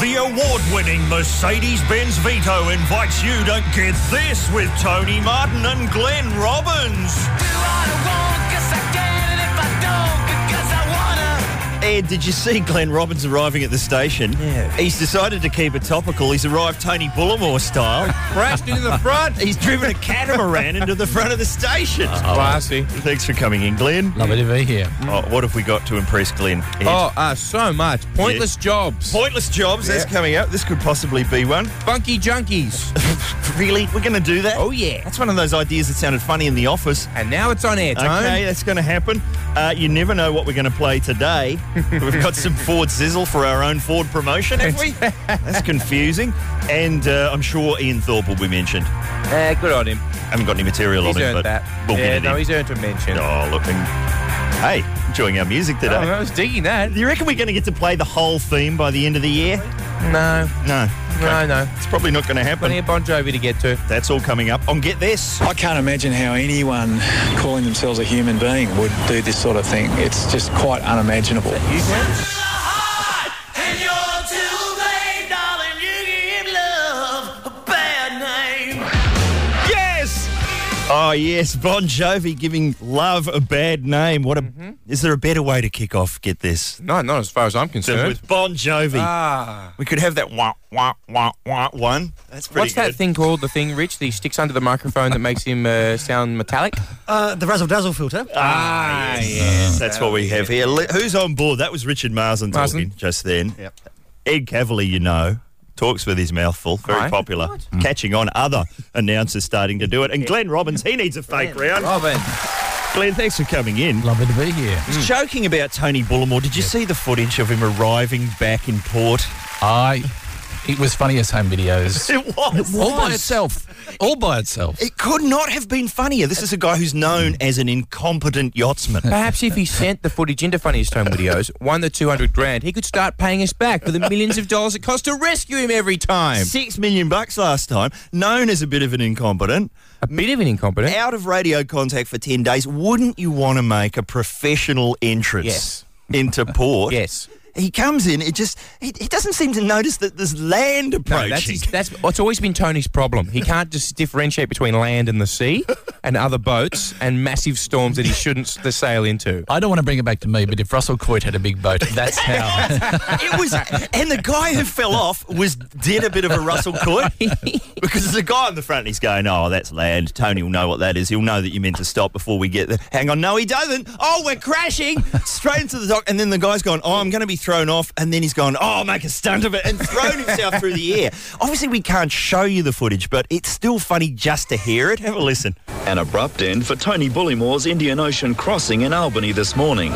The award winning Mercedes Benz Vito invites you to get this with Tony Martin and Glenn Robbins. And did you see Glenn Robbins arriving at the station? Yeah. He's decided to keep it topical. He's arrived Tony Bullimore style. Crashed into the front. He's driven a catamaran into the front of the station. Uh-huh. Oh, Classy. Thanks for coming in, Glenn. Lovely to be here. Oh, what have we got to impress Glenn? Ed? Oh, uh, so much. Pointless jobs. Pointless jobs, that's Yeah. coming up. This could possibly be one. Funky junkies. Really? We're going to do that? oh, yeah. That's one of those ideas that sounded funny in the office. And now it's on air, Tone. Okay, that's going to happen. Uh, you never know what we're going to play today. We've got some Ford sizzle for our own Ford promotion, have we? That's confusing. And uh, I'm sure Ian Thorpe will be mentioned. Uh, good on him. Haven't got any material He's on him, earned but that. we'll yeah, get it no, in. he's earned a mention. Oh, look. and- Hey, enjoying our music Oh, today. I was digging that. Do you reckon we're going to get to play the whole theme by the end of the year? No, No. no, no. It's probably not going to Plenty happen. of Bon Jovi to get to. That's all coming up on Get This. I can't imagine how anyone calling themselves a human being would do this sort of thing. It's just quite unimaginable. Yes! Oh, yes, Bon Jovi giving love a bad name. What a. Mm-hmm. Is there a better way to kick off? Get this. No, not as far as I'm Than concerned. with Bon Jovi. ah. we could have that wah, wah, wah, wah one. That's pretty What's that good. thing called? The thing, Rich, that he sticks under the microphone that makes him uh, sound metallic? Uh, the razzle dazzle filter. Ah, Yes, Uh, that's what we have here. Le- Who's on board? That was Richard Marsden Marsden. talking just then. Ed Cavalier, you know, talks with his mouth full. Very Right. popular. Mm. Catching on. Other announcers starting to do it. And Glenn Robbins, he needs a fake round. Robin. Glenn, thanks for coming Mm. in. Lovely to be here. He's joking about Tony Bullimore. Did you see the footage of him arriving back in port? I. It was funny as home videos. It was. All by itself. All by itself. It could not have been funnier. This is a guy who's known as an incompetent yachtsman. Perhaps if he sent the footage into Funniest Home Videos, won the 200 grand, he could start paying us back for the millions of dollars it costs to rescue him every time. Six million bucks last time, known as a bit of an incompetent, A bit of an incompetent. out of radio contact for 10 days. Wouldn't you want to make a professional entrance Yes. into port? Yes. He comes in, it just, he, he doesn't seem to notice that there's land No, approaching. that's, his, that's what's always been Tony's problem. He can't just differentiate between land and the sea and other boats and massive storms that he shouldn't s- to sail into. I don't want to bring it back to me, but if Russell Coit had a big boat, that's how. It was, and the guy who fell off was did a bit of a Russell Coy because there's a guy in the front. and He's going, "Oh, that's land." Tony will know what that is. He'll know that you meant to stop before we get there. Hang on, no, he doesn't. Oh, we're crashing straight into the dock, and then the guy's gone, "Oh, I'm going to be thrown off," and then he's gone, "Oh, I'll make a stunt of it," and thrown himself through the air. Obviously, we can't show you the footage, but it's still funny just to hear it. Have a listen. An abrupt end for Tony Bullimore's Indian Ocean crossing in Albany this morning.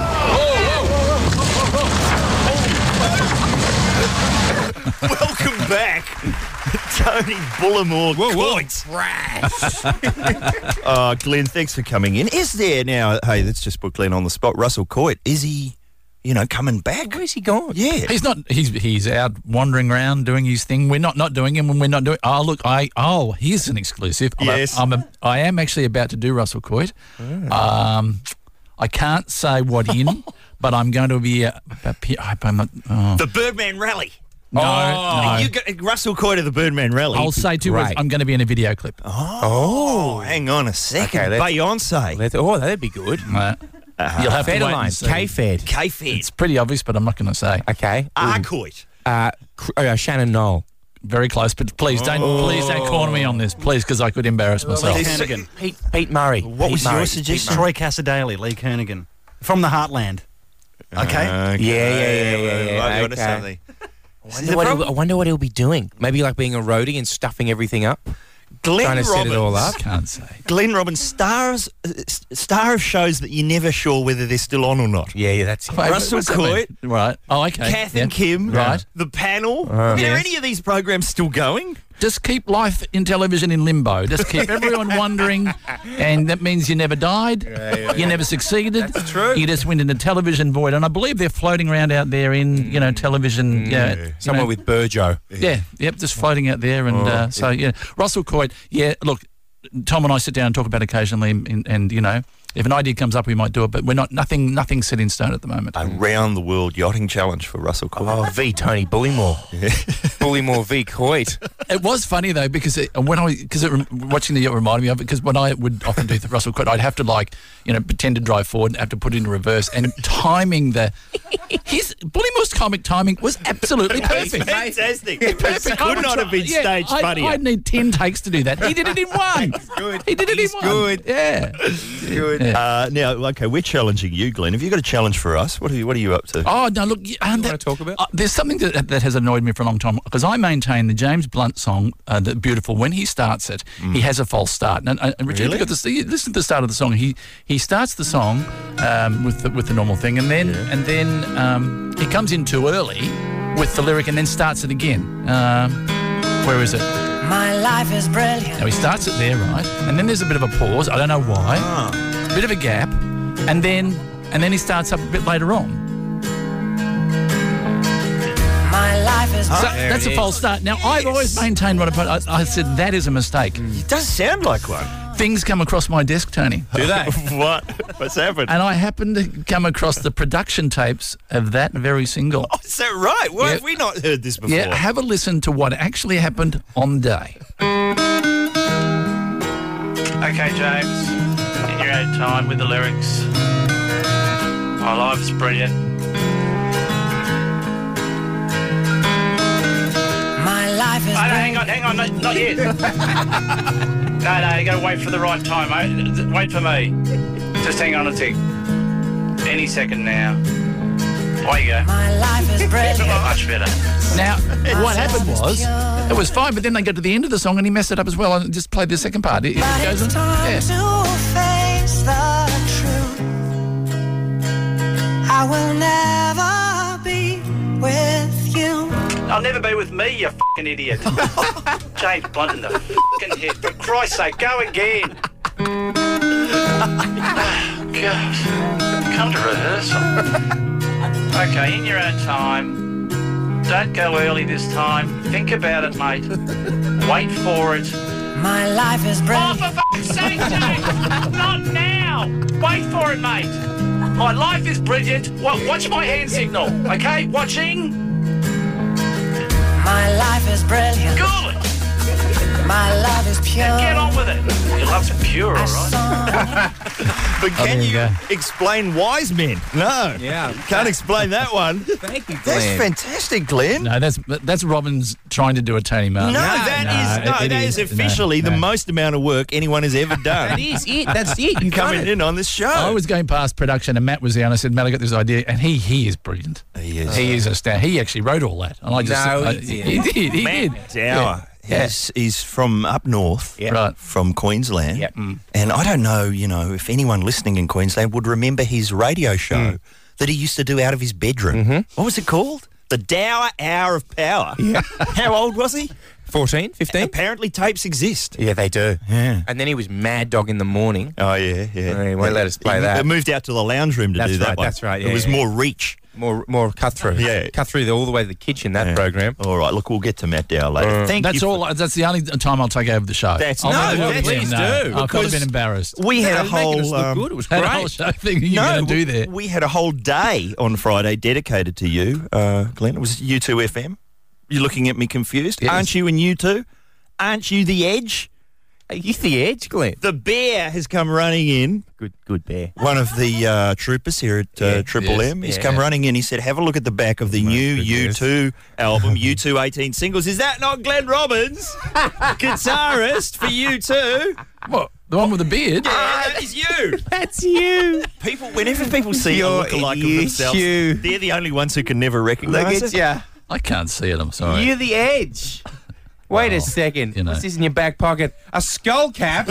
Welcome back, Tony Bullimore. Coit. Uh, Glenn, thanks for coming in. Is there now? Hey, let's just put Glenn on the spot. Russell Coit, is he, you know, coming back? Where's he gone? Yeah. He's not. He's he's out wandering around doing his thing. We're not not doing him, and we're not doing. Oh look, I oh here's an exclusive. I'm a- Yes. I'm a, I am actually about to do Russell Coit. Um, I can't say what in, but I'm going to be. Uh, appear- I'm not. Oh, The Birdman Rally. Oh, no, no. You got, Russell Coit of the Birdman Rally. I'll say two words. Great. I'm going to be in a video clip. oh, hang on a second. Okay, let's- Beyonce. Let- oh, that'd be good. Uh, You'll have to wait and Federline, see. K-Fed. K-Fed. Pretty obvious, but I'm not going to say. Okay. Arcoit. Uh, cr- uh, Shannon Knoll. Very close, but please don't. Please don't corner me on this, please, because I could embarrass myself. There's- Pete, Pete Murray. What Pete was your Murray. suggestion? Troy Casadale, Lee Kernigan. From the heartland. Okay. Yeah, yeah, yeah, yeah, yeah, Might be yeah, onto okay. something. I wonder, what he'll, I wonder what he'll be doing. Maybe like being a roadie and stuffing everything up, Glenn trying to set it all Robbins. up. Can't say. Glenn Robbins, stars, uh, s- star of shows that you're never sure whether they're still on or not. Yeah, yeah, that's it. Wait, Russell what's that mean? Right. Oh, okay. Kath Yeah. and Kim, Right. Oh, The panel. Are there any of these programs still going? Just keep life in television in limbo. Just keep everyone wondering, and that means you never died, you never succeeded. That's true. You just went into television void, and I believe they're floating around out there in you know television. Yeah, you Someone know, with Burjo. Yeah, yep, just floating out there, and uh, so yeah, Russell Coit. Yeah, look, Tom and I sit down and talk about occasionally, and, and you know, if an idea comes up, we might do it. But we're not nothing nothing set in stone at the moment. A round the world yachting challenge for Russell Cook. Oh, V Tony Bullymore. Bullymore V Coit. It was funny though because it, when I because it, rem- watching the yacht reminded me of it because when I would often do the Russell Crowe, I'd have to like you know pretend to drive forward and have to put it in reverse and timing the his Bully Moore's comic timing was absolutely perfect. Fantastic. Perfect. I Could would not try- have been yeah, staged I, funnier. I'd need ten takes to do that. He did it in one. good. He did it He's in one. good. Yeah. Good. Yeah. Uh, now, okay, we're challenging you, Glenn. Have you got a challenge for us? What are you, what are you up to? Oh no! Look, you- um, You wanna talk about? Uh, there's something that that has annoyed me for a long time because I maintain the James Blunt song, uh, "The Beautiful." When he starts it, Mm. he has a false start. And, uh, and Richard, if you got this, you listen to the start of the song. He he starts the song um, with the, with the normal thing, and then and then um, he comes in too early with the lyric, and then starts it again. Um, where is it? My life is brilliant. Now he starts it there, right? And then there's a bit of a pause. I don't know why. Ah. Bit of a gap, and then and then he starts up a bit later on. My life is So that's a false start. Now, I've always maintained what I, I said that is a mistake. it does sound like one. Things come across my desk, Tony. Do they? what? What's happened? And I happened to come across the production tapes of that very single. Is that right? Why Yeah. have we not heard this before? Yeah, have a listen to what actually happened on the day. Okay, James, you're out of time with the lyrics. My life's brilliant. my life is Oh, no, brilliant. hang on, hang on, not, not yet. no, no, you gotta wait for the right time. mate. Wait for me. Just hang on a tick. Any second now. There you go. My life is brilliant. Much better. Now, what happened was, it was fine, but then they got to the end of the song and he messed it up as well and just played the second part. It, it But goes it's on- time yeah. to face the truth. I will never be with you. I'll never be with me, you fucking idiot. James Blunt in the fucking head. For Christ's sake, go again. God, come to rehearsal. Okay, in your own time. Don't go early this time. Think about it, mate. Wait for it. My life is Oh, brilliant. for fuck's sake, James! Not now! Wait for it, mate. My life is brilliant. Well, watch my hand signal, okay? Watching. My life is brilliant. Good. My love is pure. Get on with it. Your love's pure, all right? But can there you you go. explain wise men? No. Yeah. Can't explain that one. Thank you, That's fantastic, Glenn. No, that's that's Robin's trying to do a Tony Martin. No, that is no, no, it- it that is, is. No, officially the no. most amount of work anyone has ever done is it. That's it. You coming in on this show. I was going past production and Matt was there and I said, Matt, I got this idea. And he he is brilliant. He is. He is a star. He actually wrote all that. And I just, No, he I- didn't. he did. He Matt did. Dower. Yeah. He's, he's from up north, Yeah. Right. from Queensland. Yep. And I don't know, you know, if anyone listening in Queensland would remember his radio show that he used to do out of his bedroom. What was it called? The Dower Hour of Power. How old was he? 14, 15? Apparently, tapes exist. Yeah, they do. Yeah. And then he was Mad Dog in the morning. Oh yeah, Oh, yeah. he won't let us play He- that. It moved out to the lounge room to That's do that right, one. that's right, yeah, it was yeah. more reach. More, more cut through. Yeah. cut through the, all the way to the kitchen. That Yeah. program. Uh, All right, look, we'll get to Matt Dow later. Thank That's you. all. That's the only time I'll take over the show. That's- I'll no, never do it that's- again, please no. do, I could have because been embarrassed. We had a They were making us whole. look um, good. It was That great. whole show thing that you're no, going to do we- there. We had a whole day on Friday dedicated to you, uh, Glenn. It was U2 FM. You're looking at me confused. Yes. Aren't you in U2? Aren't you the edge? Are you the edge, Glenn? The bear has come running in. Good, good bear. One of the uh, troopers here at uh, Yeah, Triple yes, M. He's yeah. come running in. He said, Have a look at the back of the new goodness. U2 album, U2 18 singles. Is that not Glenn Robbins, guitarist for U2? What? The one with the beard? Yeah, that is you. That's you. People, whenever people see a You're lookalike an of themselves, issue. they're the only ones who can never recognise it. ya. I can't see it. I'm sorry. You're the edge. Wait a second. you know. What's this in your back pocket? A skull cap?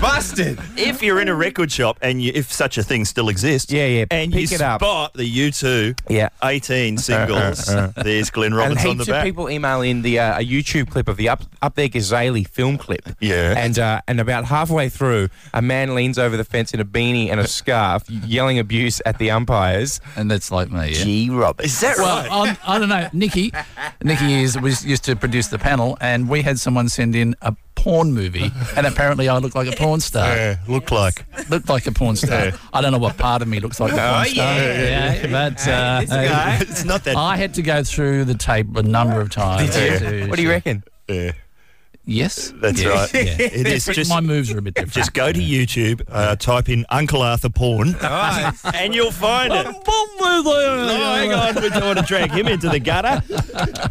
Busted. If you're in a record shop and you, if such a thing still exists, Yeah, yeah, and pick you it up. Uh, spot the U2 Yeah. 18 singles, there's Glenn And Robbins on the heaps of back. people email in the uh, a YouTube clip of the up up there Gazali film clip. Yeah. And uh, and about halfway through, a man leans over the fence in a beanie and a scarf, yelling abuse at the umpires. and that's like me. Yeah. G. Robbins. Is that Well, right? I'm, I don't know. Nikki, Nikki is was used to produce the panel, and we had someone send in a porn movie, and apparently I look like a porn star. look like. Looked like a porn star. I don't know what part of me looks like a Oh, porn star. Yeah, but uh, it's not that. I had to go through the tape a number of times. to- What do you reckon? Yeah. Yes. That's right. Yeah. It is But just. my moves are a bit different. Just go to YouTube, uh, type in Uncle Arthur porn, and you'll find it. Oh, hang on, we don't want to drag him into the gutter.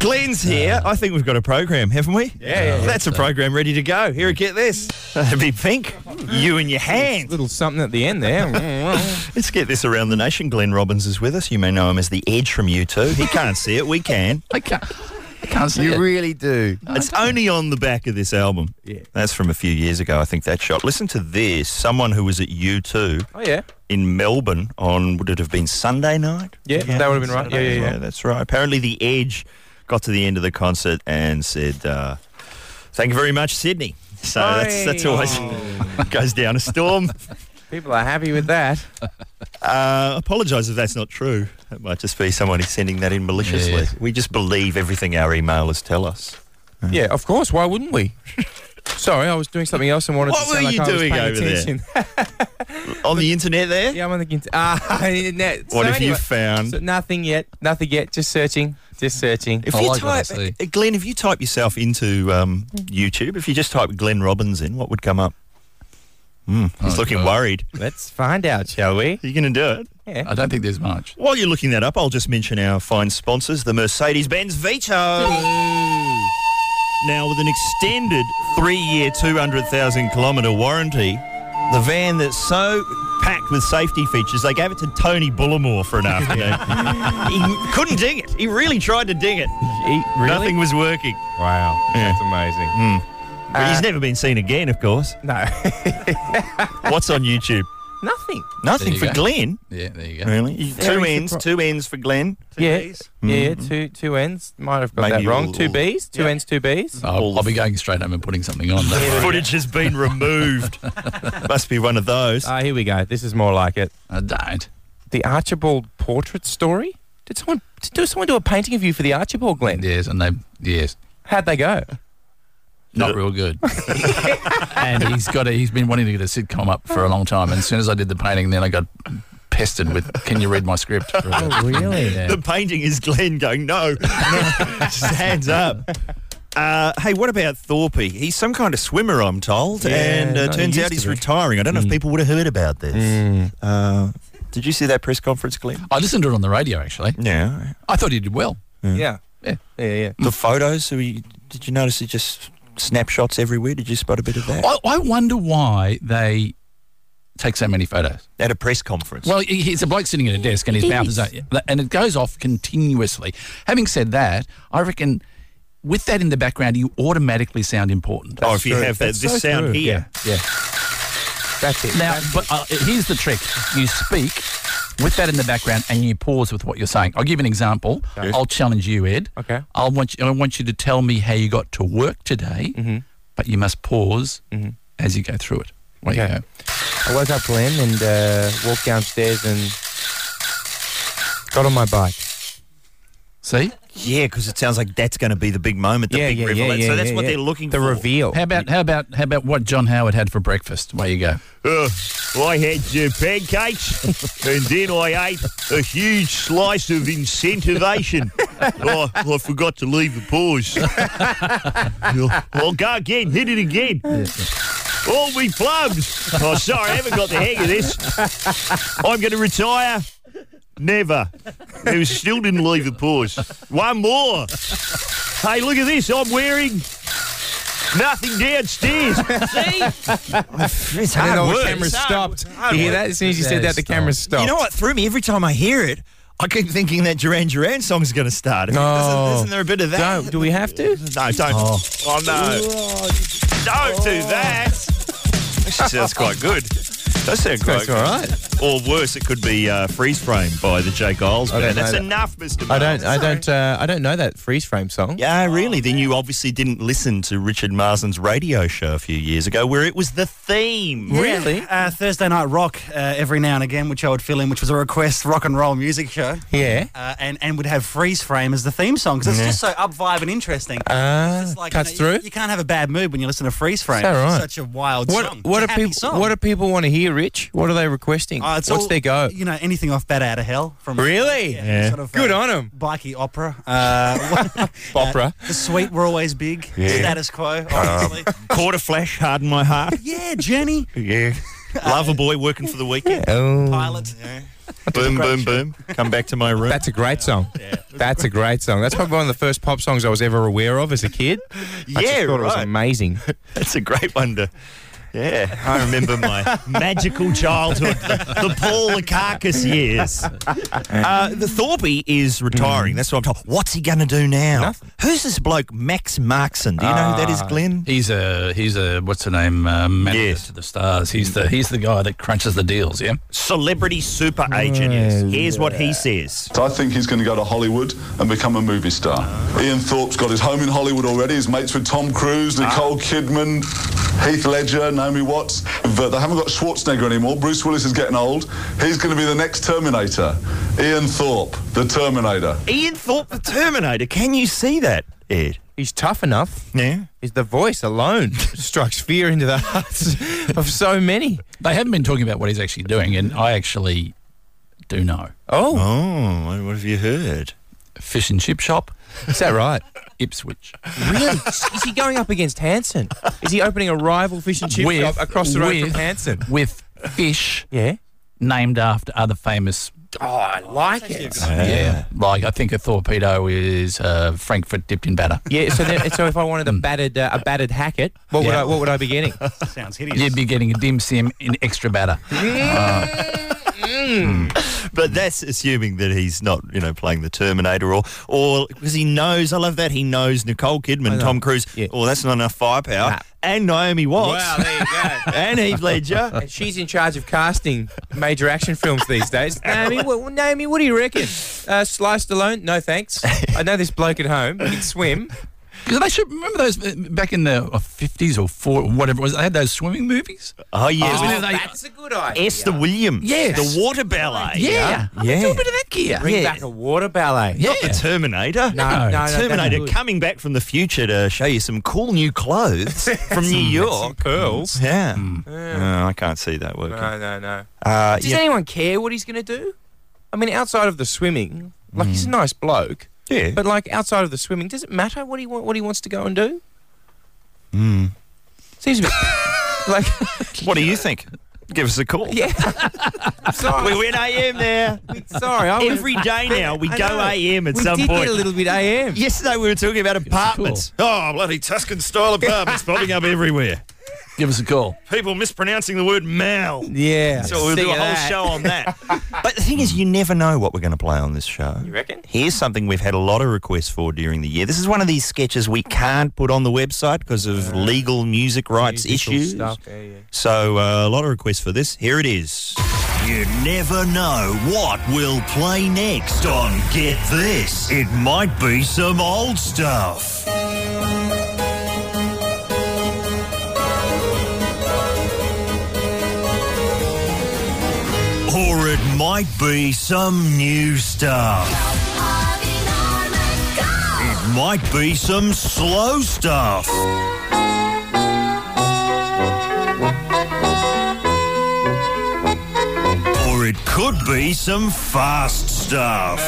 Glenn's here. I think we've got a program, haven't we? Yeah, yeah. That's a program ready to go. Here, get this. That'd be pink. You and your hand. Little something at the end there. Let's get this around the nation. Glenn Robbins is with us. You may know him as the Edge from U2. He can't see it. We can. I can't. I can't see it. really do. It's only on the back of this album. Yeah. That's from a few years ago, I think, that shot. Listen to this. Someone who was at U2 oh yeah. in Melbourne on, would it have been Sunday night? Yeah, that would have been right. Yeah, yeah, yeah. that's right. Apparently, The Edge got to the end of the concert and said, uh, "Thank you very much, Sydney." So that's that's always Oh. goes down a storm. People are happy with that. Uh, Apologise if that's not true. That might just be someone who's sending that in maliciously. Yeah. We just believe everything our emailers tell us. Yeah, of course. Why wouldn't we? Sorry, I was doing something else and wanted What to were sound you like I was doing paying over there? attention. On the internet, there. yeah, I'm on the gint- Ah, internet. What so have you anyway- found? So nothing yet. Nothing yet. Just searching. Just searching. If I you like what I type, see. uh, Glenn, if you type yourself into um, YouTube, if you just type Glenn Robbins in, what would come up? Mm, he's Oh, looking God. worried. Let's find out, shall we? Are you going to do it? I don't think there's much. While you're looking that up, I'll just mention our fine sponsors, the Mercedes Benz Vito. Now, with an extended three year, 200,000 kilometre warranty, the van that's so packed with safety features, they gave it to Tony Bullimore for an afternoon. he couldn't ding it. He really tried to ding it. Eat, really? Nothing was working. Wow, that's amazing. But Uh, he's never been seen again, of course. No, What's on YouTube? nothing. Nothing you for go. Glenn. Yeah, there you go. Really? Two Very ends, surpri- two ends for Glenn. yeah, yeah, two two N's. Might have got Maybe that wrong. you'll- two B's, two N's, two B's. I'll, I'll be going straight home and putting something on. Footage has been removed. Uh, Must be one of those. Ah, here we go. This is more like it. I don't. The Archibald portrait story. Did someone did do someone do a painting of you for the Archibald Glenn? Yes, and they yes, How'd they go? not real good. and he's got a, he's been wanting to get a sitcom up for a long time. And as soon as I did the painting, then I got pestered with, "Can you read my script?" oh, really? Yeah. The painting is Glenn going, no, just hands up. Uh, hey, what about Thorpe? He's some kind of swimmer, I'm told, Yeah, and uh, no, he turns used out to Mm. he's be. retiring. I don't know if people would have heard about this. Uh, did you see that press conference, Glenn? I listened to it on the radio actually. Yeah. I thought he did well. Yeah. Yeah. Yeah, yeah. The photos, so he, did you notice he just snapshots everywhere? Did you spot a bit of that? I, I wonder why they take so many photos. At a press conference. Well, he- he's a bloke sitting at a desk and his mouth is, and it goes off continuously. Having said that, I reckon with that in the background, you automatically sound important. oh, if you have that, this sound here. Yeah. yeah. That's it. Now, but uh, here's the trick: you speak with that in the background, and you pause with what you're saying. I'll give you an example. I'll challenge you, Ed. Okay. I'll want you, I want you to tell me how you got to work today, Mm-hmm. but you must pause as you go through it. There you Okay. go. I woke up Glenn and uh, walked downstairs and got on my bike. See, Yeah, because it sounds like that's going to be the big moment, the yeah, big yeah, yeah, revelation. yeah, so that's yeah, what yeah. they're looking the for. reveal. how about how about how about what John Howard had for breakfast? Way you go. Uh, I had uh, pancakes and then I ate a huge slice of incentivation. oh, I forgot to leave the pause. I'll- I'll go again, hit it again. All me plums. Oh, sorry, I haven't got the hang of this. I'm going to retire. Never. It was- still didn't leave the pause. One more. Hey, look at this. I'm wearing nothing downstairs. It's And then all the work. camera It's hard stopped. hard You hear work. that? As soon as you Yeah, said that, the stop. camera stopped. You know what threw me every time I hear it? I keep thinking that Duran Duran song's going to start. No. Isn't, isn't there a bit of that? Don't. Do we have to? No, don't. Oh, no. Don't do that. Actually, sounds quite good. That sounds quite That's all right. or worse, it could be uh, freeze frame by the Jake Isles I don't band. That's know that. enough, Mr. I don't. Barnes. I don't. Uh, I don't know that freeze frame song. Yeah, really. Then you obviously didn't listen to Richard Marsden's radio show a few years ago, where it was the theme. Really? Uh, Thursday Night Rock uh, every now and again, which I would fill in, which was a request rock and roll music show. Yeah. Uh, and, and would have Freeze Frame as the theme song because it's just so up vibe and interesting. Uh, Ah, It's like, you cuts know, through. You, you can't have a bad mood when you listen to Freeze Frame. that right? It's such a wild song. what What do it's a happy people song. What do people want to hear, Rich? What are they requesting? Uh, it's What's all, their go? You know, anything off Bat Out of Hell from Really? Yeah, Yeah. Sort of, Good uh, on 'em. Bikey opera. Uh, Opera. the sweet were always big. Status quo, obviously. Quarter flash, harden my heart. yeah, Journey. yeah. Lover boy working for the weekend. Oh, Pilot. Boom, boom, boom. Come back to my room. that's a great song. That's a great song. That's probably one of the first pop songs I was ever aware of as a kid. I just Yeah, thought it was right. amazing. That's a great one to. Yeah, I remember my magical childhood, the, the Paul Lukakis years. Mm. Uh, the Thorpe is retiring. That's what I'm told. What's he going to do now? Nothing. Who's this bloke, Max Markson? Do you know who that is, Glenn? He's a he's a what's the name uh, manager Yes. to the stars. He's the he's the guy that crunches the deals. Yeah. Celebrity super agent. Here's what he says. I think he's going to go to Hollywood and become a movie star. Ian Thorpe's got his home in Hollywood already. He's mates with Tom Cruise, Nicole Kidman, Heath Ledger, Naomi Watts. But they haven't got Schwarzenegger anymore. Bruce Willis is getting old. He's going to be the next Terminator. Ian Thorpe, the Terminator. Ian Thorpe, the Terminator. Can you see that, Ed? He's tough enough. Yeah. Is the voice alone strikes fear into the hearts of so many? They haven't been talking about what he's actually doing, and I actually do know. Oh, Oh, what have you heard? Fish and chip shop, is that right? Ipswich. Really? is he going up against Hanson? Is he opening a rival fish and chip With- shop across the road with- from Hanson? with fish Yeah. named after other famous. Oh, I like it. Yeah. like I think a torpedo is uh, Frankfurt dipped in batter. Yeah. So, then, so if I wanted a battered uh, a battered hacket, what would I what would I be getting? Sounds hideous. You'd be getting a dim sim in extra batter. But that's assuming that he's not, you know, playing the Terminator or, or because he knows. I love that he knows Nicole Kidman, Tom Cruise. Yeah. Oh, that's not enough firepower. Nah. And Naomi Watts there you go. and Heath Ledger. And she's in charge of casting major action films these days. Naomi, what, Naomi, what do you reckon? Uh, sliced alone? No thanks. I know this bloke at home. He can swim. Because they should remember those uh, back in the fifties or four, whatever it was. They had those swimming movies. Oh yeah, Oh, with yeah, they- That's a good idea. Esther Williams. Yes. the water ballet. Yeah, Yeah. do a bit of that gear. Bring back a water ballet. yeah. The Terminator. No, no, no, Terminator that's good. coming back from the future to show you some cool new clothes from New York. Curls. Hmm. Yeah. No, I can't see that working. No, no, no. Uh, Does yeah. anyone care what he's going to do? I mean, outside of the swimming, like he's Mm. a nice bloke, yeah. but like outside of the swimming, does it matter what he wa- what he wants to go and do? Mm. Seems a bit like What do you think? Give us a call. yeah. I'm We sorry, win AM there. sorry. I was- Every day now we I go know. AM at we some did point. get a little bit AM. Yesterday we were talking about apartments. Oh, bloody Tuscan style apartments popping up everywhere. Give us a call. People mispronouncing the word mal. Yeah. So we'll Sick do a of whole that. show on that. but the thing is, you never know what we're going to play on this show. You reckon? Here's something we've had a lot of requests for during the year. This is one of these sketches we can't put on the website because of legal music rights Musical issues. stuff, yeah, yeah. So uh, a lot of requests for this. Here it is. You never know what will play next on Get This. It might be some old stuff. Or it might be some new stuff. It might be some slow stuff. Or it could be some fast stuff.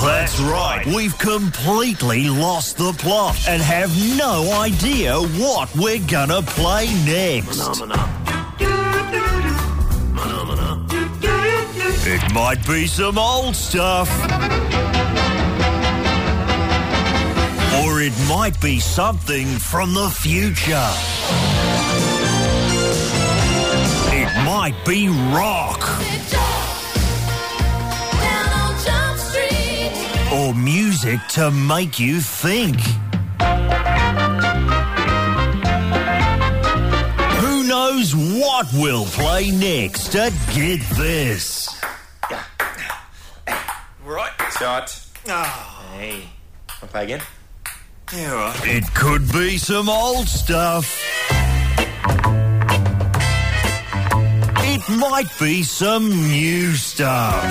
That's right, we've completely lost the plot and have no idea what we're gonna play next. It might be some old stuff. Or it might be something from the future. It might be rock or music to make you think. Who knows Choose what we'll play next at Get This. Right. Ah. Shot. Hey. I'll play again. Yeah, all right. It could be some old stuff. It might be some new stuff.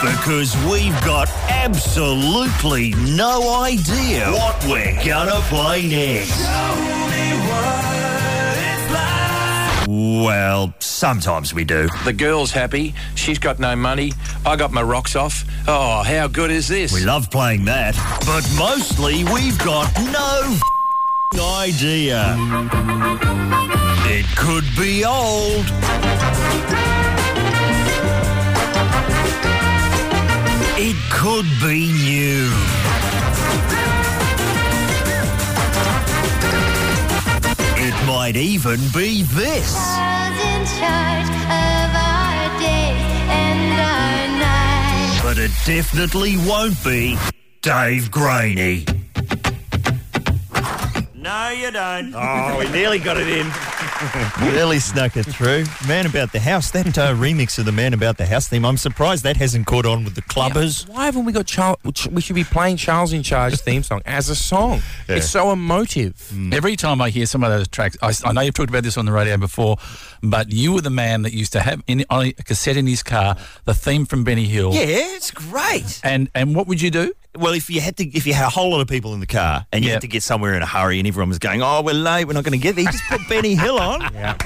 Because we've got absolutely no idea what we're gonna play next. Well, sometimes we do. The girl's happy. She's got no money. I got my rocks off. Oh, how good is this? We love playing that. But mostly we've got no f***ing idea. It could be old. It could be new. It might even be this. But it definitely won't be Dave Graney. No, you don't. Oh, we nearly got it in. Really snuck it through. Man About the House, that uh, remix of the Man About the House theme, I'm surprised that hasn't caught on with the clubbers. Why haven't we got Charles? We should be playing Charles in Charge theme song as a song. Yeah. It's so emotive. Mm-hmm. Every time I hear some of those tracks, I, I know you've talked about this on the radio before, but you were the man that used to have in, on a cassette in his car the theme from Benny Hill. Yeah, it's great. And and what would you do? Well, if you had to, if you had a whole lot of people in the car and you had to get somewhere in a hurry, and everyone was going, "Oh, we're late, we're not going to get there," you just put Benny Hill on.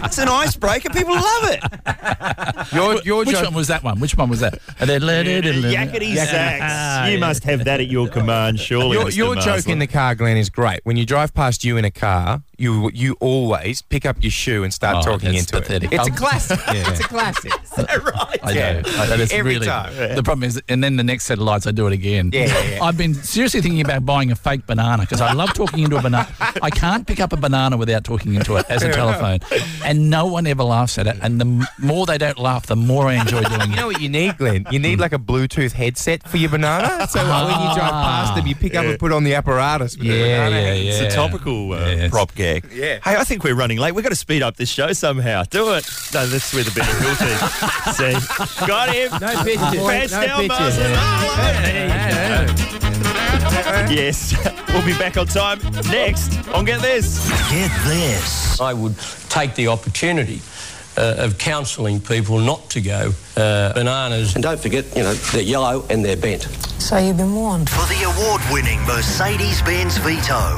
It's an icebreaker. People love it. Your, your Which one was that one? Which one was that? Yakety Yakety sax. You must have that at your command, surely. Your, Mr. your joke Marsland. in the car, Glenn, is great. When you drive past you in a car, you you always pick up your shoe and start Oh, talking that's into pathetic. it. It's a Oh. classic. Yeah. It's a classic. Is that right? I know. I know, that's Every really, time. The problem is, and then the next set of lights, I do it again. Yeah, yeah, yeah. I've been seriously thinking about buying a fake banana because I love talking into a banana. I can't pick up a banana without talking into it as a Fair enough. telephone, and no one ever laughs at it. And the m- more they don't laugh, the more I enjoy doing You it. know what you need, Glenn? You Mm. need like a Bluetooth headset for your banana. So uh, when you drive past them, you pick Ah. up and put on the apparatus. With the banana. It's a topical uh, prop gag. Yeah. Hey, I think we're running late. We've got to speed up this show somehow. Do it. No, that's where the better Hill team. See? Got him. No pictures. Fans No down, pictures. Marsden. Oh, Yeah. Yes. We'll be back on time next on Get This. Get This. I would take the opportunity uh, of counselling people not to go uh, bananas. And don't forget, you know, they're yellow and they're bent. So you've been warned. For the award winning Mercedes Benz Vito.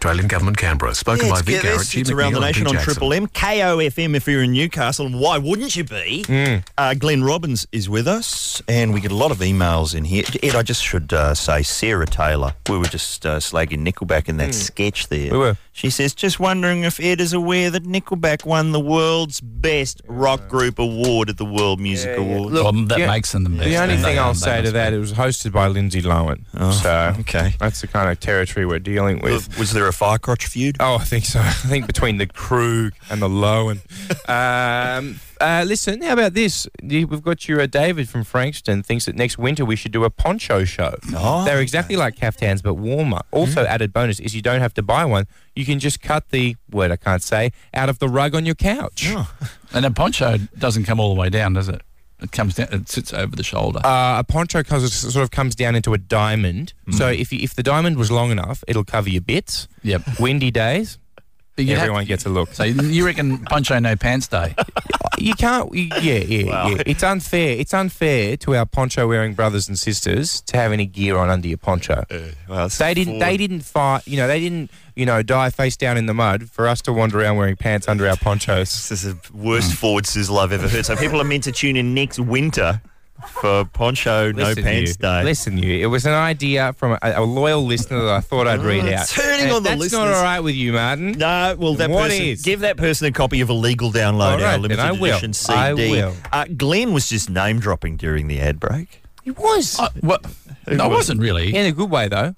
Australian Government Canberra, spoken Yeah, by it's Vic Get Garrett, This. Hugh It's McNeil around the and nation Pete on Jackson. Triple M. KOFM if you're in Newcastle. And why wouldn't you be? Uh, Glenn Robbins is with us, and we get a lot of emails in here. Ed, I just should uh, say Sarah Taylor. We were just uh, slagging Nickelback in that Mm. sketch there. We were. She says, just wondering if Ed is aware that Nickelback won the world's best rock group award at the World Music Awards. Oh, Look, Well, that yeah, makes them the best, The only don't they? thing They I'll must say be. to that, it was hosted by Lindsay Lohan. so okay, that's the kind of territory we're dealing with. Was there a firecrotch feud? Oh, I think so. I think between the Krug and the Lohan. um, uh, listen, how about this? You- We've got your uh, David from Frankston thinks that next winter we should do a poncho show. They're exactly like caftans but warmer. Also, added bonus is you don't have to buy one. You can just cut the word I can't say out of the rug on your couch. And a poncho doesn't come all the way down, does it? It comes down. It sits over the shoulder. Uh, a poncho comes, sort of comes down into a diamond. So Mm-hmm. if you, if the diamond was long enough, it'll cover your bits. Yep. Windy days. But you'd have everyone to- gets a look. So you reckon poncho no pants day? You can't. you- Yeah, yeah, yeah. It's unfair. It's unfair to our poncho wearing brothers and sisters to have any gear on under your poncho. Uh, they didn't. They forward. didn't fight. You know. They didn't. You know, die face down in the mud for us to wander around wearing pants under our ponchos. this is the Mm. worst forward sizzle I've ever heard. So people are meant to tune in next winter for Poncho No Listen, Pants you. Day. Listen, you. It was an idea from a, a loyal listener that I thought I'd read out. Oh, Turning And on the that's listeners. not all right with you, Martin. No, well, that What person, is? give that person a copy of a legal download, All right, our then limited I will. edition CD. I will. Uh, Glenn was just name dropping during the ad break. It Oh, was. Uh, what? No, I was? wasn't really. In a good way, though.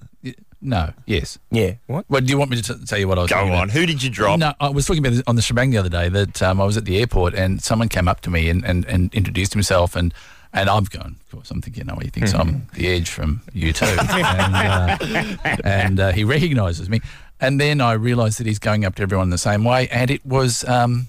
No. Yes. Yeah. What? Well, do you want me to t- tell you what I was? Go thinking on. about? Who did you drop? No, I was talking about this on the shebang the other day that um, I was at the airport and someone came up to me and, and, and introduced himself and And I'm going, of course, I'm thinking, oh, he thinks I'm the Edge from U2. and uh, and uh, he recognises me. And then I realise that he's going up to everyone the same way. And it was um,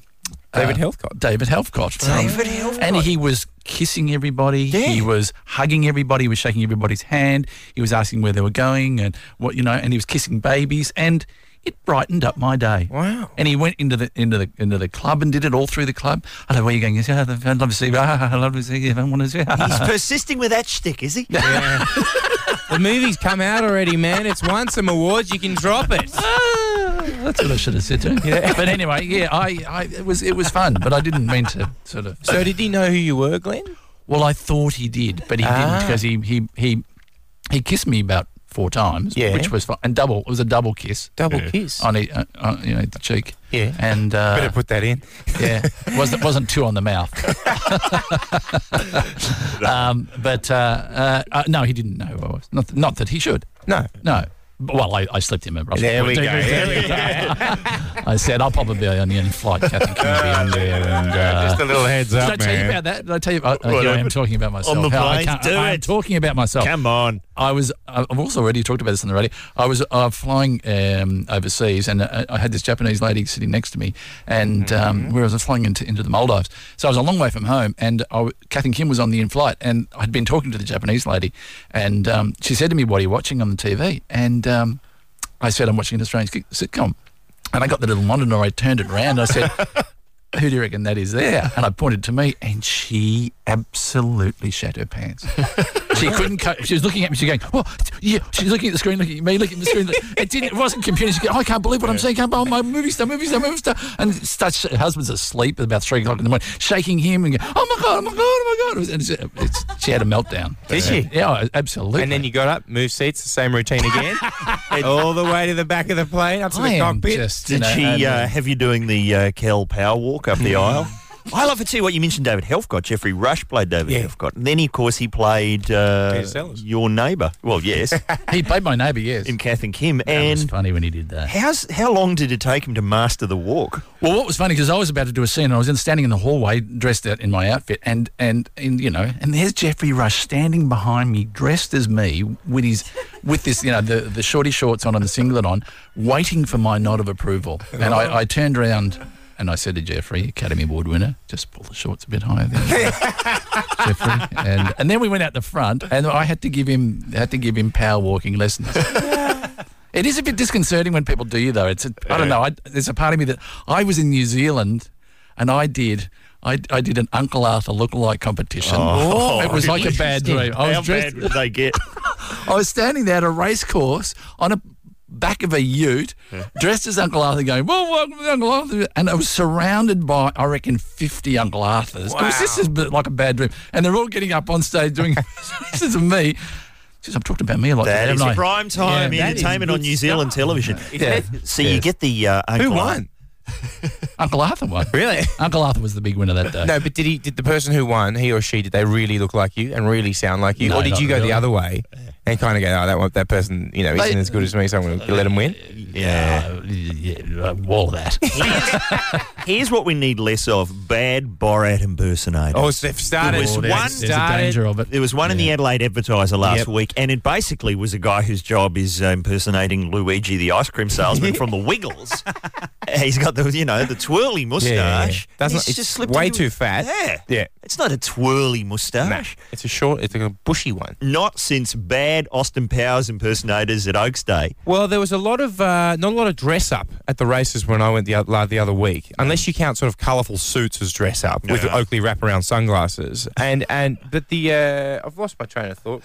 David Helfcott. David Helfcott. David Helfcott. And he was kissing everybody. He was hugging everybody. He was shaking everybody's hand. He was asking where they were going and what, you know, and he was kissing babies. And it brightened up my day. Wow. And he went into the into the into the club and did it all through the club. Hello, where are you going? He said, "Oh, I'd love to see you. Ah, I'd love to see you. I want to see you. He's persisting with that shtick, is he? the movie's come out already, man. It's won some awards. You can drop it. That's what I should have said to him. Yeah. But anyway, yeah, I, I it was it was fun, but I didn't mean to sort of. So did he know who you were, Glenn? Well, I thought he did, but he Ah. didn't because he, he he he kissed me about four times, Yeah. which was fine. and double. It was a double kiss, Double Yeah. kiss. on the uh, on, you know the cheek, Yeah. and uh, Better put that in. yeah, wasn't wasn't two on the mouth. um, but uh, uh, uh, no, he didn't know who I was. Not, th- not that he should. No. No. But- Well, I, I slipped him a Russell. There we go. I said, I'll probably be on the end flight. Catherine can be on there. And, uh, Just a little heads up, Did I tell man. you about that? Did I tell you? I, I, What, here I am on- talking about myself. on the How I plane? can't- Do I am it. talking about myself. Come on. I was. uh, I've also already talked about this on the radio. I was uh, flying um, overseas, and uh, I had this Japanese lady sitting next to me, and um, where I was flying into, into the Maldives. So I was a long way from home, and I w Kath and Kim was on the in flight, and I'd been talking to the Japanese lady, and um, she said to me, "What are you watching on the TV?" And um, I said, "I'm watching an Australian sk- sitcom." And I got the little monitor, I turned it around, and I said, who do you reckon that is there? And I pointed to me, and she absolutely shat her pants. she couldn't. Co- she was looking at me. She's going, "Well, yeah." She's looking at the screen, looking at me, looking at the screen. look- It didn't. It wasn't computer. She going, "I can't believe what I'm seeing. Can't believe my movie star, movie star, movie star." And starts, her husband's asleep at about three o'clock in the morning, shaking him and going, "Oh my god! Oh my god! Oh my god!" It was- and it's- it's- she had a meltdown. Did she? Yeah, oh, absolutely. And then you got up, moved seats, the same routine again, all the way to the back of the plane, up to I the am cockpit. just- Did You know, she and- uh, have you doing the uh, Kel Power walk up the aisle? I love it too. What you mentioned, David Helfgott. Jeffrey Rush played David Helfgott, and then of course he played uh, Peter Sellers. your neighbour. Well, yes, uh, he played my neighbour. Yes, in Kath and Kim. That was and funny when he did that. how's how long did it take him to master the walk? Well, what was funny because I was about to do a scene and I was in, standing in the hallway dressed out in my outfit, and and and you know, and there's Jeffrey Rush standing behind me dressed as me with his with this you know the the shorty shorts on and the singlet on, waiting for my nod of approval. And I, I turned around. And I said to Jeffrey, Academy Award winner, just pull the shorts a bit higher there. Jeffrey. And, and then we went out the front and I had to give him had to give him power walking lessons. It is a bit disconcerting when people do you though. It's a, I don't know. I, there's a part of me that I was in New Zealand, and I did. I, I did an Uncle Arthur lookalike competition. it was like a bad dream. I Oh. How was dressed. bad did they get? I was standing there at a race course on a back of a Ute, dressed as Uncle Arthur, going, "Well, welcome to Uncle Arthur," and I was surrounded by, I reckon, fifty Uncle Arthurs. It was just as bit like a bad dream, and they're all getting up on stage doing this is me. Jeez, I'm talking about me a lot. That today, is haven't I? prime time Yeah, that is entertainment on good New Zealand television. Yeah. So Yeah. you get the uh, Uncle Who won? Uncle Arthur won. Really? Uncle Arthur was the big winner that day. No, but did he? Did the person who won, he or she, did they really look like you and really sound like you, No, or did not you go really. the other way and kind of go, "Oh, that one, that person, you know, isn't They- as good as me, so I'm going to let him win"? Yeah. Uh, yeah, uh, wall that. Here's what we need less of: bad Borat impersonators. Oh, so they've started. There was Oh, there's- one- there's a danger of it. There was one in the Adelaide Advertiser last Yep. week, and it basically was a guy whose job is uh, impersonating Luigi, the ice cream salesman from The Wiggles. He's got the you know the twirly moustache. That's He's not, it's just slipped way into- too fat. Yeah, yeah. it's not a twirly Nah, moustache. it's a short, it's like a bushy one. Not since bad Austin Powers impersonators at Oaks Day. Well, there was a lot of uh, not a lot of dress up at the races when I went the other, the other week, unless you count sort of colourful suits as dress up with Yeah. Oakley wraparound sunglasses. And and but the uh, I've lost my train of thought.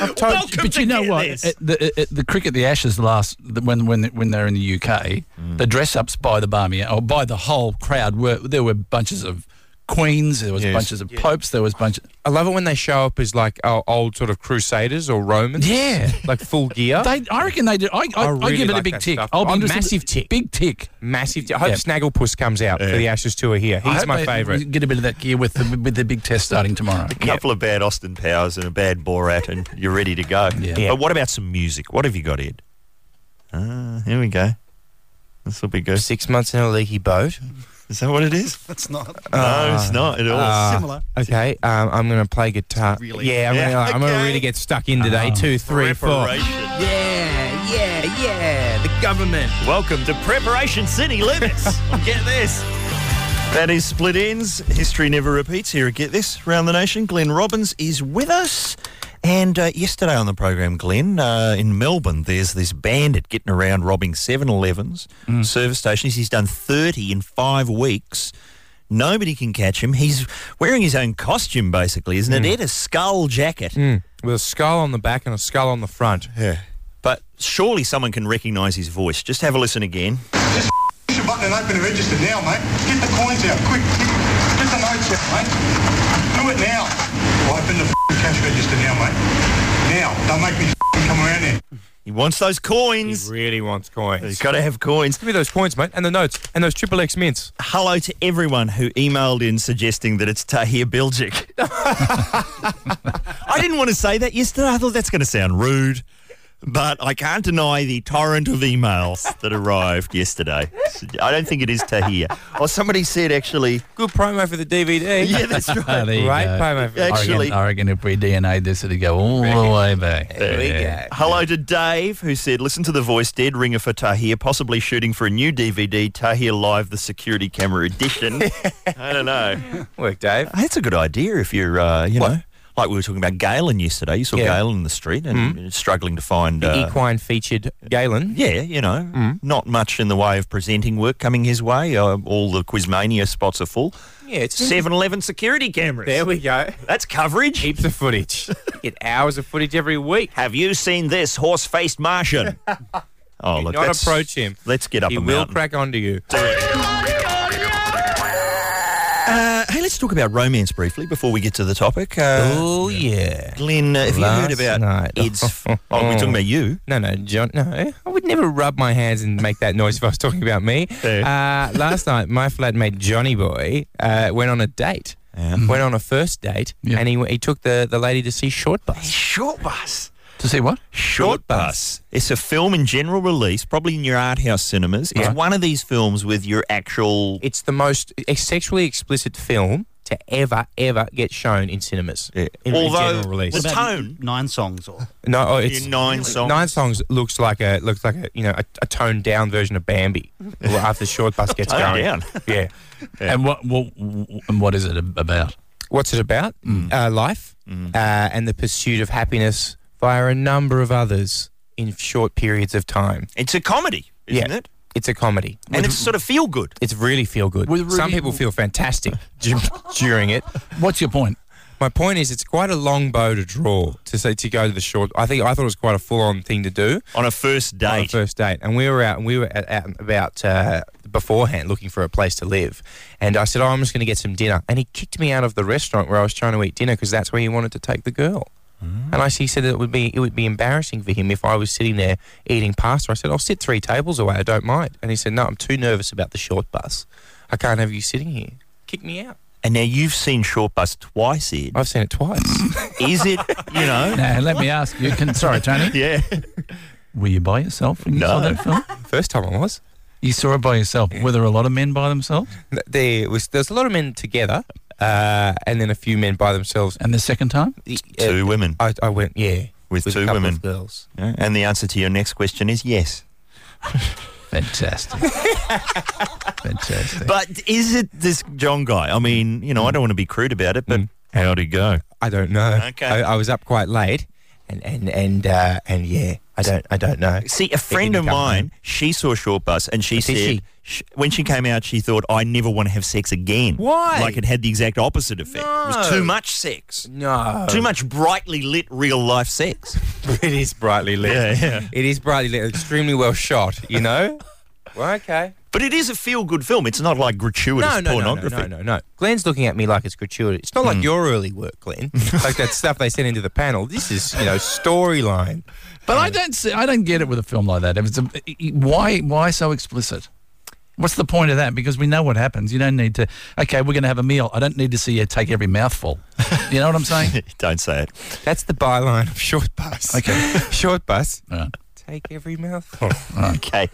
I've told Welcome but to you know Get what? This. At the, at the cricket, the Ashes last the- when when when they're in the UK, Mm. the dress ups by the barmy or by the whole crowd were there were bunches of queens, there was Yes. bunches of popes, there was bunches. I love it when they show up as like uh, old sort of crusaders or Romans. Yeah. like full gear. They, I reckon they did. I, I, I I, really give it like a big that tick. stuff. I'll be A interested- massive tick. Big tick. Massive. I hope Yeah. Snagglepuss comes out for the Ashes tour here. I He's hope my they favourite. Get a bit of that gear with the, with the big test starting tomorrow. A couple of bad Austin Powers and a bad Borat, and you're ready to go. Yeah. But what about some music? What have you got, Ed? Ah, here we go. This will be good. Six months in a leaky boat. Is that what it is? It's not. No, it's not at all. Ah, Similar. Okay, um, I'm going to play guitar. Really? Yeah, I'm Yeah, going to I'm gonna okay. really get stuck in today. Two, three, four. Yeah, yeah, yeah. The government. Welcome to Preparation City Limits. Get this. That is Split Ends. History never repeats. Here at Get This, round the nation, Glenn Robbins is with us. And uh, yesterday on the program, Glenn, uh, in Melbourne, there's this bandit getting around robbing 7 Elevens, Mm. service stations. He's done 30 in five weeks. Nobody can catch him. He's wearing his own costume, basically, isn't Mm. it? Ed? A skull jacket. With a skull on the back and a skull on the front. Yeah. But surely someone can recognise his voice. Just have a listen again. Push the button and open the register now, mate. Get the coins out, quick. Get the notes out, mate. Do it now. Open the f***ing cash register now, mate. Now. Don't make me f***ing come around there. He wants those coins. He really wants coins. He's got to have coins. Give me those coins, mate, and the notes, and those triple X mints. Hello to everyone who emailed in suggesting that it's Tahir Bilgic. I didn't want to say that yesterday. I thought that's going to sound rude. But I can't deny the torrent of emails that arrived yesterday. I don't think it is Tahir. Or somebody said, actually. Good promo for the DVD. Yeah, that's right. There you right go. promo for Actually, I reckon, I reckon if we DNA this, it'd go all the way back. There we go. Hello to Dave, who said, listen to the voice dead ringer for Tahir, possibly shooting for a new DVD, Tahir Live, the security camera edition. I don't know. Work, Dave. That's a good idea if you're, uh, you know, like we were talking about Galen yesterday. You saw Yeah. Galen in the street and struggling to find... uh, The equine featured Galen. Yeah, you know, not much in the way of presenting work coming his way. Uh, all the Quizmania spots are full. Yeah, it's 7 Eleven security cameras. There we go. That's coverage. Heaps of footage. Get hours of footage every week. Have you seen this horse faced Martian? oh, look, Not that's- approach him. Let's get up He a will mountain. crack onto you. Uh, hey, let's talk about romance briefly before we get to the topic. Uh, oh yeah, Glenn, uh, have you Last heard about night. Ed's? oh, we're talking about you. No, no, John. No, I would never rub my hands and make that noise if I was talking about me. Uh, last night, my flatmate Johnny Boy uh, went on a date. Went on a first date, and he he took the, the lady to see Short Bus. Short Bus. To see what? Short Bus. It's a film in general release, probably in your art house cinemas. It's one of these films with your actual. It's the most ex- sexually explicit film to ever ever get shown in cinemas. In, in Although general release. the tone, Nine songs or No, oh, it's Your nine songs. Nine songs looks like a looks like a you know a, a toned down version of Bambi Well, after Short Bus gets Toned going. down. Yeah. And what, what and what is it ab- about? What's it about? Mm. Uh, life uh, and the pursuit of happiness via a number of others in short periods of time. It's a comedy, isn't Yeah. it? It's a comedy. And it's sort of feel good. It's really feel good. With Some really- people feel fantastic dur- during it. What's your point? My point is, it's quite a long bow to draw to say to go to the short. I think I thought it was quite a full on thing to do on a first date. On a first date, and we were out and we were out, out and about uh, beforehand looking for a place to live, and I said, "Oh, I'm just going to get some dinner," and he kicked me out of the restaurant where I was trying to eat dinner because that's where he wanted to take the girl. And I, he said that it would be it would be embarrassing for him if I was sitting there eating pasta. I said, "I'll sit three tables away. I don't mind." And he said, "No, I'm too nervous about the short bus. I can't have you sitting here. Kick me out." And now you've seen Short Bus twice, Ed. I've seen it twice. Is it, you know? Now, let me ask you. Can, sorry, Tony. Yeah. Were you by yourself when you saw No. that film? First time I was. You saw it by yourself. Were there a lot of men by themselves? There was there's a lot of men together, uh, and then a few men by themselves. Uh, And the second time? Two women. I, I went, yeah, With, a two couple women. of girls. Yeah, And the answer to your next question is yes. Fantastic. Fantastic. But is it this John guy? I mean, you Mm. know, I don't want to be crude about it, but how'd it go? I don't know. Okay. I, I was up quite late, and and and uh, and yeah, I don't I don't know. See, a friend of mine, she saw Short Bus and she Did said, she? sh- when she came out, she thought, I never want to have sex again. Why? Like it had the exact opposite effect. It was No. too much sex. No. Too much brightly lit real life sex. it is brightly lit. Yeah, yeah. It is brightly lit. Extremely well shot. You know. well, okay. But it is a feel good film. It's not like gratuitous No, no, no, no, pornography. Hmm. no, no, no. Glenn's looking at me like it's gratuitous. It's not like your early work, Glenn. like that stuff they sent into the panel. This is, you know, storyline. But I don't see, I don't get it with a film like that. If it's a, why why so explicit? What's the point of that? Because we know what happens. You don't need to. Okay, we're going to have a meal. I don't need to see you take every mouthful. You know what I'm saying? Don't say it. That's the byline of short bus. Okay. short bus. All right. Take every mouthful. Mm. Okay.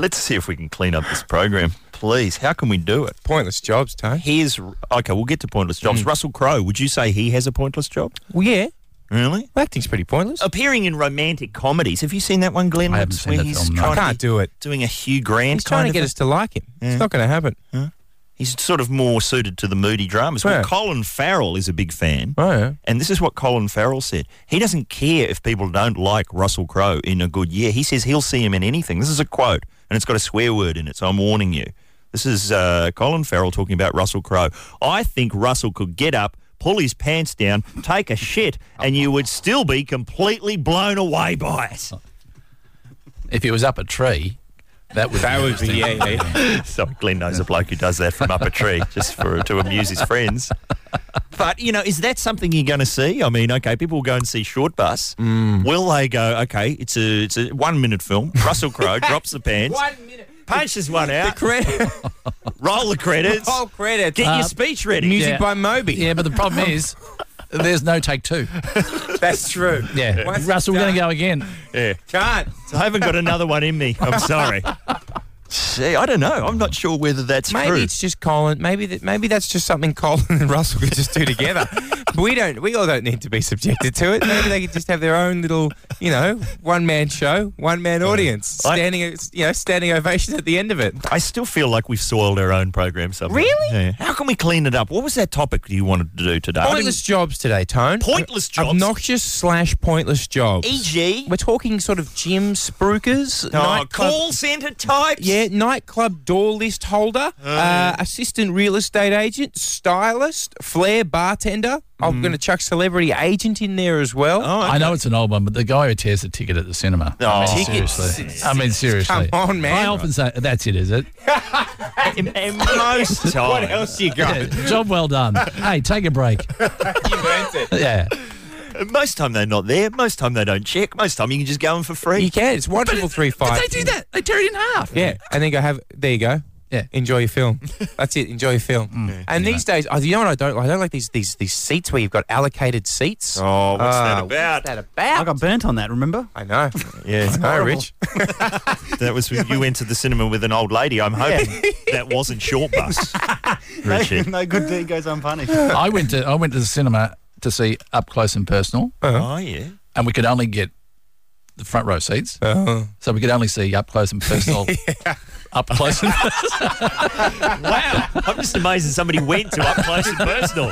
Let's see if we can clean up this program. please, how can we do it? Pointless jobs, Tony. Here's okay. We'll get to pointless Mm. jobs. Russell Crowe. Would you say he has a pointless job? Well, yeah. Really? Acting's pretty pointless. Appearing in romantic comedies. Have you seen that one, Glenn? I haven't seen that he's trying to can't do it. Doing a Hugh Grant He's trying kind to of get a- us to like him. Mm. It's not going to happen. He's sort of more suited to the moody dramas. Well, Yeah. Colin Farrell is a big fan. Oh, yeah. And this is what Colin Farrell said. He doesn't care if people don't like Russell Crowe in a good year. He says he'll see him in anything. This is a quote, and it's got a swear word in it, so I'm warning you. This is uh, Colin Farrell talking about Russell Crowe. I think Russell could get up, pull his pants down, take a shit, and you would still be completely blown away by it. If it was up a tree, that would That would be- interesting. yeah, Sorry, Glenn knows a bloke who does that from up a tree just for to amuse his friends. But you know, is that something you're going to see? I mean, okay, people will go and see Short Bus. Mm. Will they go? Okay, it's a it's a one minute film. Russell Crowe drops the pants. One minute. Punches one out. roll the credits. Roll credits. Get Uh, your speech ready. Music Yeah. by Moby. Yeah, but the problem is there's no take two. That's true. Yeah. Once it's Russell, we're going to done, go again. Yeah. Can't. I haven't got another one in me. I'm sorry. See, I don't know. I'm not sure whether that's Maybe true. it's just Colin. Maybe that. Maybe that's just something Colin and Russell could just do together. we don't. We all don't need to be subjected to it. Maybe they could just have their own little, you know, one man show, one man audience, I- standing, you know, standing ovation at the end of it. I still feel like we've soiled our own program somewhat. Really? How can we clean it up? What was that topic you wanted to do today? I didn't- Pointless jobs today, Tone. Pointless jobs? Obnoxious slash pointless jobs. E.g. We're talking sort of gym spruikers. Oh, nightclub- call centre types. Yeah, nightclub door list holder, uh, assistant real estate agent, stylist, flair bartender. I'm going to chuck celebrity agent in there as well. Oh, I know it's an old one, but the guy who tears the ticket at the cinema. I Oh. mean, Tickets. seriously. I mean, Come seriously. on, man. I often say, that's it, is it? And- and most time. What else you got? Yeah, job well done. hey, take a break. Yeah. Most time they're not there. Most time they don't check. Most time you can just go in for free. You can. It's one triple three five. But they do that. They tear it in half. Yeah, and then go have. There you go. Yeah. Enjoy your film. That's it. Enjoy your film. And these days, oh, you know what I don't? like? I don't like these these these seats where you've got allocated seats. Oh, what's that Ah, about? That I about? got burnt on that, remember? I know. Yeah, I know, Rich. that was when you went to the cinema with an old lady. I'm hoping that wasn't short bus, Richard. no good deed goes unpunished. I went to I went to the cinema to see Up Close and Personal, Uh. Oh yeah. and we could only get the front row seats, Uh-huh. so we could only see Up Close and Personal. Up close and Wow. I'm just amazed that somebody went to up close and personal.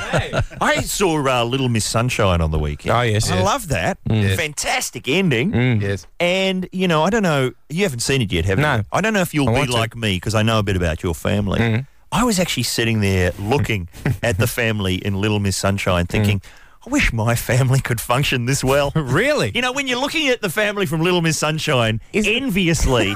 I saw uh, Little Miss Sunshine on the weekend. Oh, yes, I yes. love that. Fantastic ending. yes. And, you know, I don't know, you haven't seen it yet, have No. you? I don't know if you'll I be want to. Mm. like me because I know a bit about your family. I was actually sitting there looking at the family in Little Miss Sunshine thinking, Mm. I wish my family could function this well. really? You know, when you're looking at the family from Little Miss Sunshine enviously,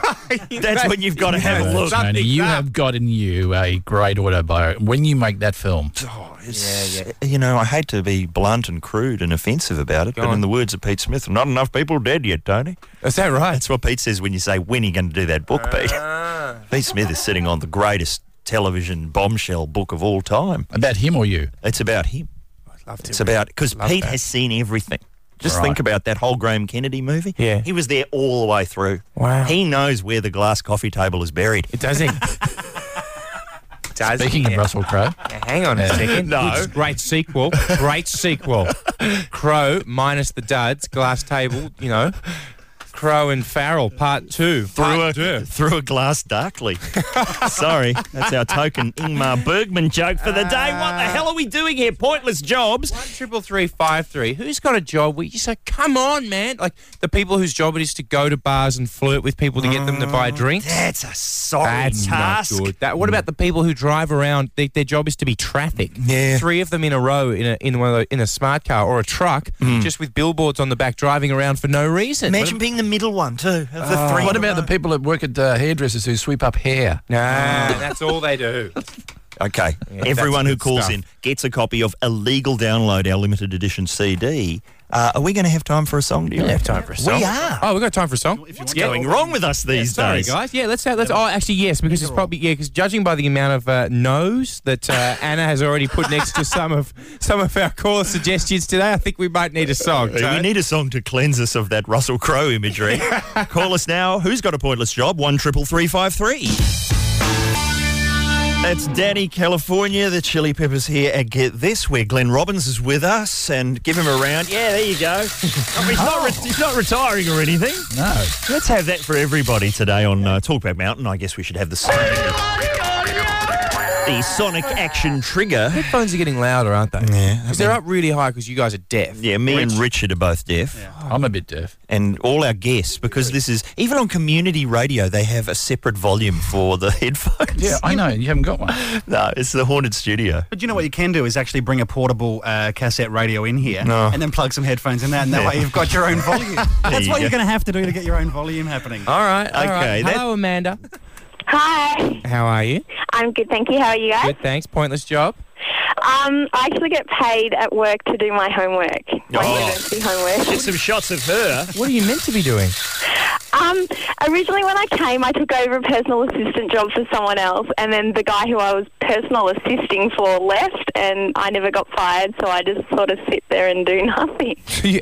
that's when you've got to have a look. Tony, you have got in you a great autobiography. When you make that film, Oh, it's, You know, I hate to be blunt and crude and offensive about it, but on. in the words of Pete Smith, not enough people dead yet, Tony. Is that right? That's what Pete says when you say, when are you going to do that book, Pete? Uh, Ah. Pete Smith is sitting on the greatest television bombshell book of all time. about him or you? It's about him. Love to It's about, because Love Pete that. has seen everything. Just Right. think about that whole Graham Kennedy movie. Yeah. He was there all the way through. Wow. He knows where the glass coffee table is buried. It does it. does Speaking it. of Russell Crowe, Hang on a second. No. Great sequel. Great sequel. Crow minus the duds, glass table, you know. Crow and Farrell, part two. through a part two. through a glass darkly. Sorry, that's our token Ingmar Bergman joke for the day. What Ah. the hell are we doing here? Pointless jobs. One triple three five three. Who's got a job where you say, "Come on, man!" Like the people whose job it is to go to bars and flirt with people to get them to buy drinks. Oh, That's a sorry That's not task. good. That, what about the people who drive around? They, their job is to be traffic. Yeah. Three of them in a row in a in one of those, in a smart car or a truck, just with billboards on the back, driving around for no reason. Mm. Imagine being the middle one too of the Ah. three. what about the people that work at uh, hairdressers who sweep up hair? Nah, Ah. that's all they do. Okay, Yeah, everyone that's who good calls stuff. in gets a copy of Illegal Download, our limited edition CD. Uh, are we going to have time for a song? Do you have time for a song? We are. Oh, we got time for a song. What's going wrong with us these Sorry, days? guys. Yeah, let's have, let's. Oh, actually, yes, because it's probably yeah. Because judging by the amount of uh, no's that uh, Anna has already put next to some of some of our caller suggestions today, I think we might need a song. We Tone. need a song to cleanse us of that Russell Crowe imagery. Call us now. Who's got a pointless job? One triple three five three. That's Danny California, the Chili Peppers here at Get This, where Glenn Robbins is with us, and give him a round. Yeah, there you go. I mean, Oh, he's, not re- he's not retiring or anything. No. Let's have that for everybody today on uh, Talkback Mountain. I guess we should have the sonic, the sonic action trigger. Headphones are getting louder, aren't they? Yeah. Because they're up really high because you guys are deaf. Yeah, me and Richard are both deaf. I'm a bit deaf. And all our guests, because this is even on community radio, they have a separate volume for the headphones. Yeah, I know, you haven't got one. no, it's the Haunted Studio. But you know what you can do is actually bring a portable uh, cassette radio in here No. and then plug some headphones in that, and that Yeah. way you've got your own volume. That's you go. what you're going to have to do to get your own volume happening. All right. all right. that- Hello, Amanda. Hi, How are you? I'm good, thank you. How are you guys? Good, thanks. Pointless job. Um, I actually get paid at work to do my homework, my Oh. university homework. Get some shots of her. What are you meant to be doing? Um, originally, when I came, I took over a personal assistant job for someone else, and then the guy who I was personal assisting for left, and I never got fired, so I just sort of sit there and do nothing. You-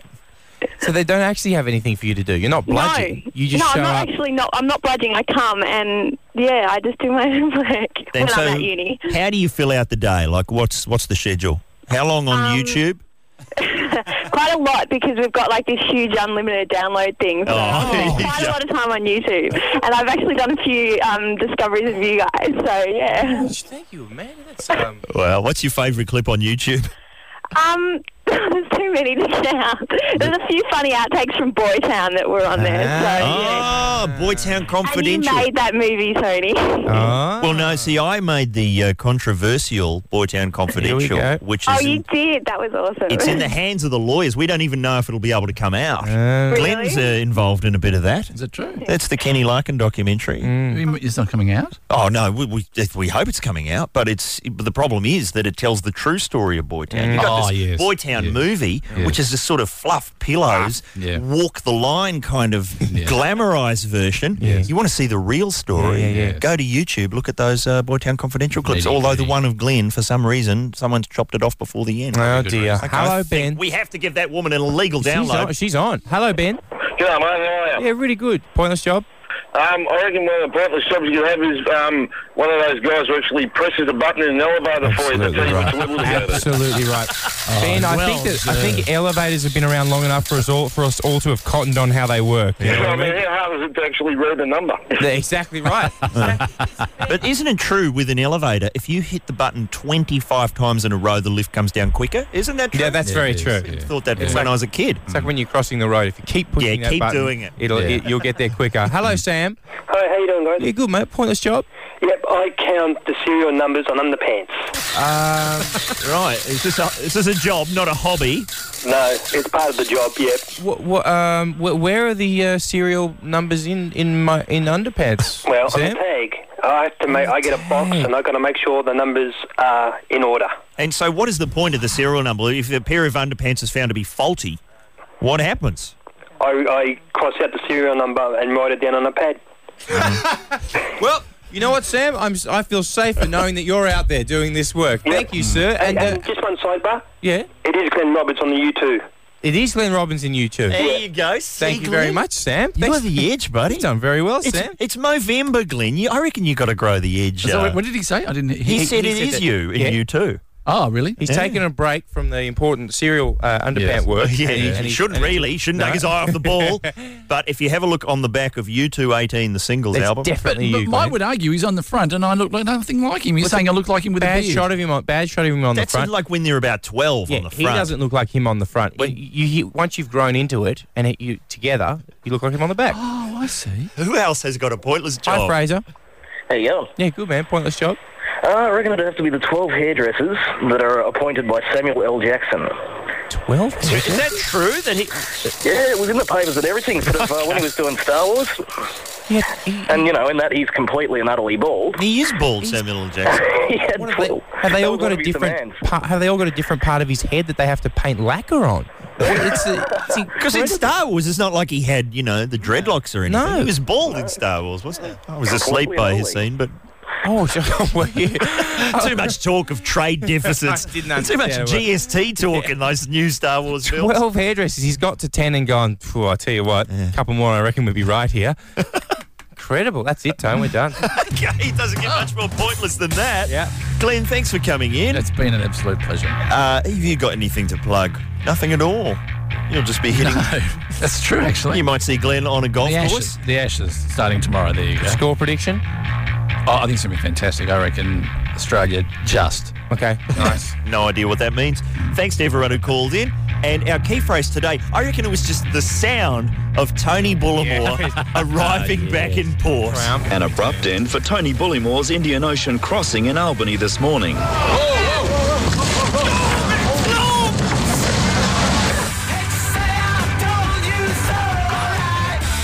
so they don't actually have anything for you to do. You're not bludging. No, You just no, show I'm not up. actually not. I'm not bludging. I come and yeah, I just do my homework when so, I'm at uni. how do you fill out the day? Like, what's what's the schedule? How long Um, on YouTube? quite a lot because we've got like this huge unlimited download thing. Oh, So Oh. quite a lot of time on YouTube, and I've actually done a few um, discoveries of you guys. So yeah. Thank you, man. That's Well, what's your favourite clip on YouTube? Um, there's too many to count. There's a few funny outtakes from Boytown that were on there. So Ah, Boytown and you Confidential. Oh, made that movie, Tony. Oh, Well, no, see, I made the uh, controversial Boytown Confidential, which Oh, is you in- did. That was awesome. it's in the hands of the lawyers. We don't even know if it'll be able to come out. Glenn's uh, involved in a bit of that. Is it true? That's the Kenny Larkin documentary. Mm. It's not coming out. Oh no, we, we we hope it's coming out, but it's but the problem is that it tells the true story of Boytown. Mm. You got Oh, this yes. Boytown movie, which is this sort of fluff pillows, walk the line kind of glamorized version. You want to see the real story? Go to YouTube, look at those uh, Boytown Confidential clips. Although the one of Glenn, for some reason, someone's chopped it off before the end. Oh, dear. Like, I Hello, think Ben. We have to give that woman an illegal She's on, download. she's on. Hello, Ben. G'day, mate. How are you? Yeah, really good. Pointless job. Um, I reckon one of the pointless jobs you could have is um, one of those guys who actually presses a button in an elevator for you to tell you which level to go to. Absolutely right. ben, I well think that I think elevators have been around long enough for us all for us all to have cottoned on how they work. You know what I I mean? mean, how hard is it to actually read a number? They're exactly right. But isn't it true with an elevator, if you hit the button 25 times in a row, the lift comes down quicker? Isn't that true? Yeah, that's very true. I thought that when I was a kid. It's like when you're crossing the road. If you keep pushing Yeah, that keep button, doing it. It'll, Yeah. it, you'll get there quicker. Hello, Sam. Hi, how you doing, guys? Yeah, good mate. Pointless job. Yep, I count the serial numbers on underpants. Um, right. Is this, a, is this a job, not a hobby? No, it's part of the job. Yep. What, what, um, wh- where are the uh, serial numbers in in my in underpants? Well, on Sam? the tag, I have to make. I get a box, and I got to make sure the numbers are in order. And so, what is the point of the serial number? If a pair of underpants is found to be faulty, what happens? I, I cross out the serial number and write it down on a pad. Well, you know what, Sam? I'm s- I feel safer knowing that you're out there doing this work. Thank you, sir. And, And uh, and just one sidebar. yeah, It is Glenn Roberts on the U2. it is Glenn Robbins in you too. There you go. Thank you very much, Sam. You're the edge, buddy. You've done very well, It's, Sam. it's Movember, Glenn. You, I reckon you got to grow the edge. So uh, what- what did he say? I didn't. he, said it is that- you and Yeah. you too. Oh, really? He's Yeah. taken a break from the important serial uh, underpant work. Yeah, and he, and shouldn't and really. He shouldn't No. take his eye off the ball. but if you have a look on the back of U218, the singles That's album, definitely But Mike would argue he's on the front, and I look like nothing like him. You're What's saying it- I look like him with bad a beard. shot of him on bad shot of him on That's the front. like when they're about 12 yeah, on the he front. doesn't look like him on the front. When you, you once you've grown into it and it, you together, you look like him on the back. Oh, I see. Who else has got a pointless Hi, job? Fraser. There you go. Yeah, good man. Pointless job. Uh, I reckon it'd have to be the 12 hairdressers that are appointed by Samuel L. Jackson. Well, Is that true? That he? Yeah, it was in the papers and everything sort of, uh, when he was doing Star Wars. And, you know, in that he's completely and utterly bald. He is bald, Samuel L. Jackson. yeah, well, Have they that all was got a one of his different? demands. Part, have they all got a different part of his head that they have to paint lacquer on? uh, Because in Star Wars, it's not like he had, you know, the dreadlocks or anything. No. He was bald in Star Wars, wasn't he? I was asleep by his scene, but Oh, sure. well, yeah. too much talk of trade deficits. I didn't And too much understand what- GST talk in those new Star Wars films. Twelve hairdressers. He's got to ten and gone. Phew, I tell you what, a couple more, I reckon, would be right here. incredible. That's it, Tone. We're done. okay, it doesn't get much more pointless than that. Yeah. Glenn, thanks for coming in. It's been an absolute pleasure. Uh, have you got anything to plug? Nothing at all. You'll just be hitting. that's true, actually. You might see Glenn on a golf the course. Ashes, the Ashes starting tomorrow. There you go. Score prediction? Oh, I think it's going to be fantastic. I reckon Australia just. Okay. Nice. no idea what that means. Thanks to everyone who called in. And our key phrase today, I reckon it was just the sound of Tony Bullimore Ah, arriving back in port. An abrupt end for Tony Bullimore's Indian Ocean crossing in Albany this morning.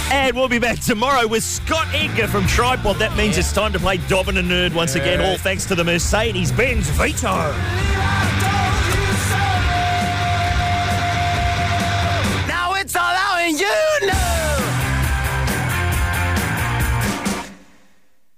And we'll be back tomorrow with Scott Edgar from Tripod. That means it's time to play Dobbin and Nerd once again, all thanks to the Mercedes Benz Vito.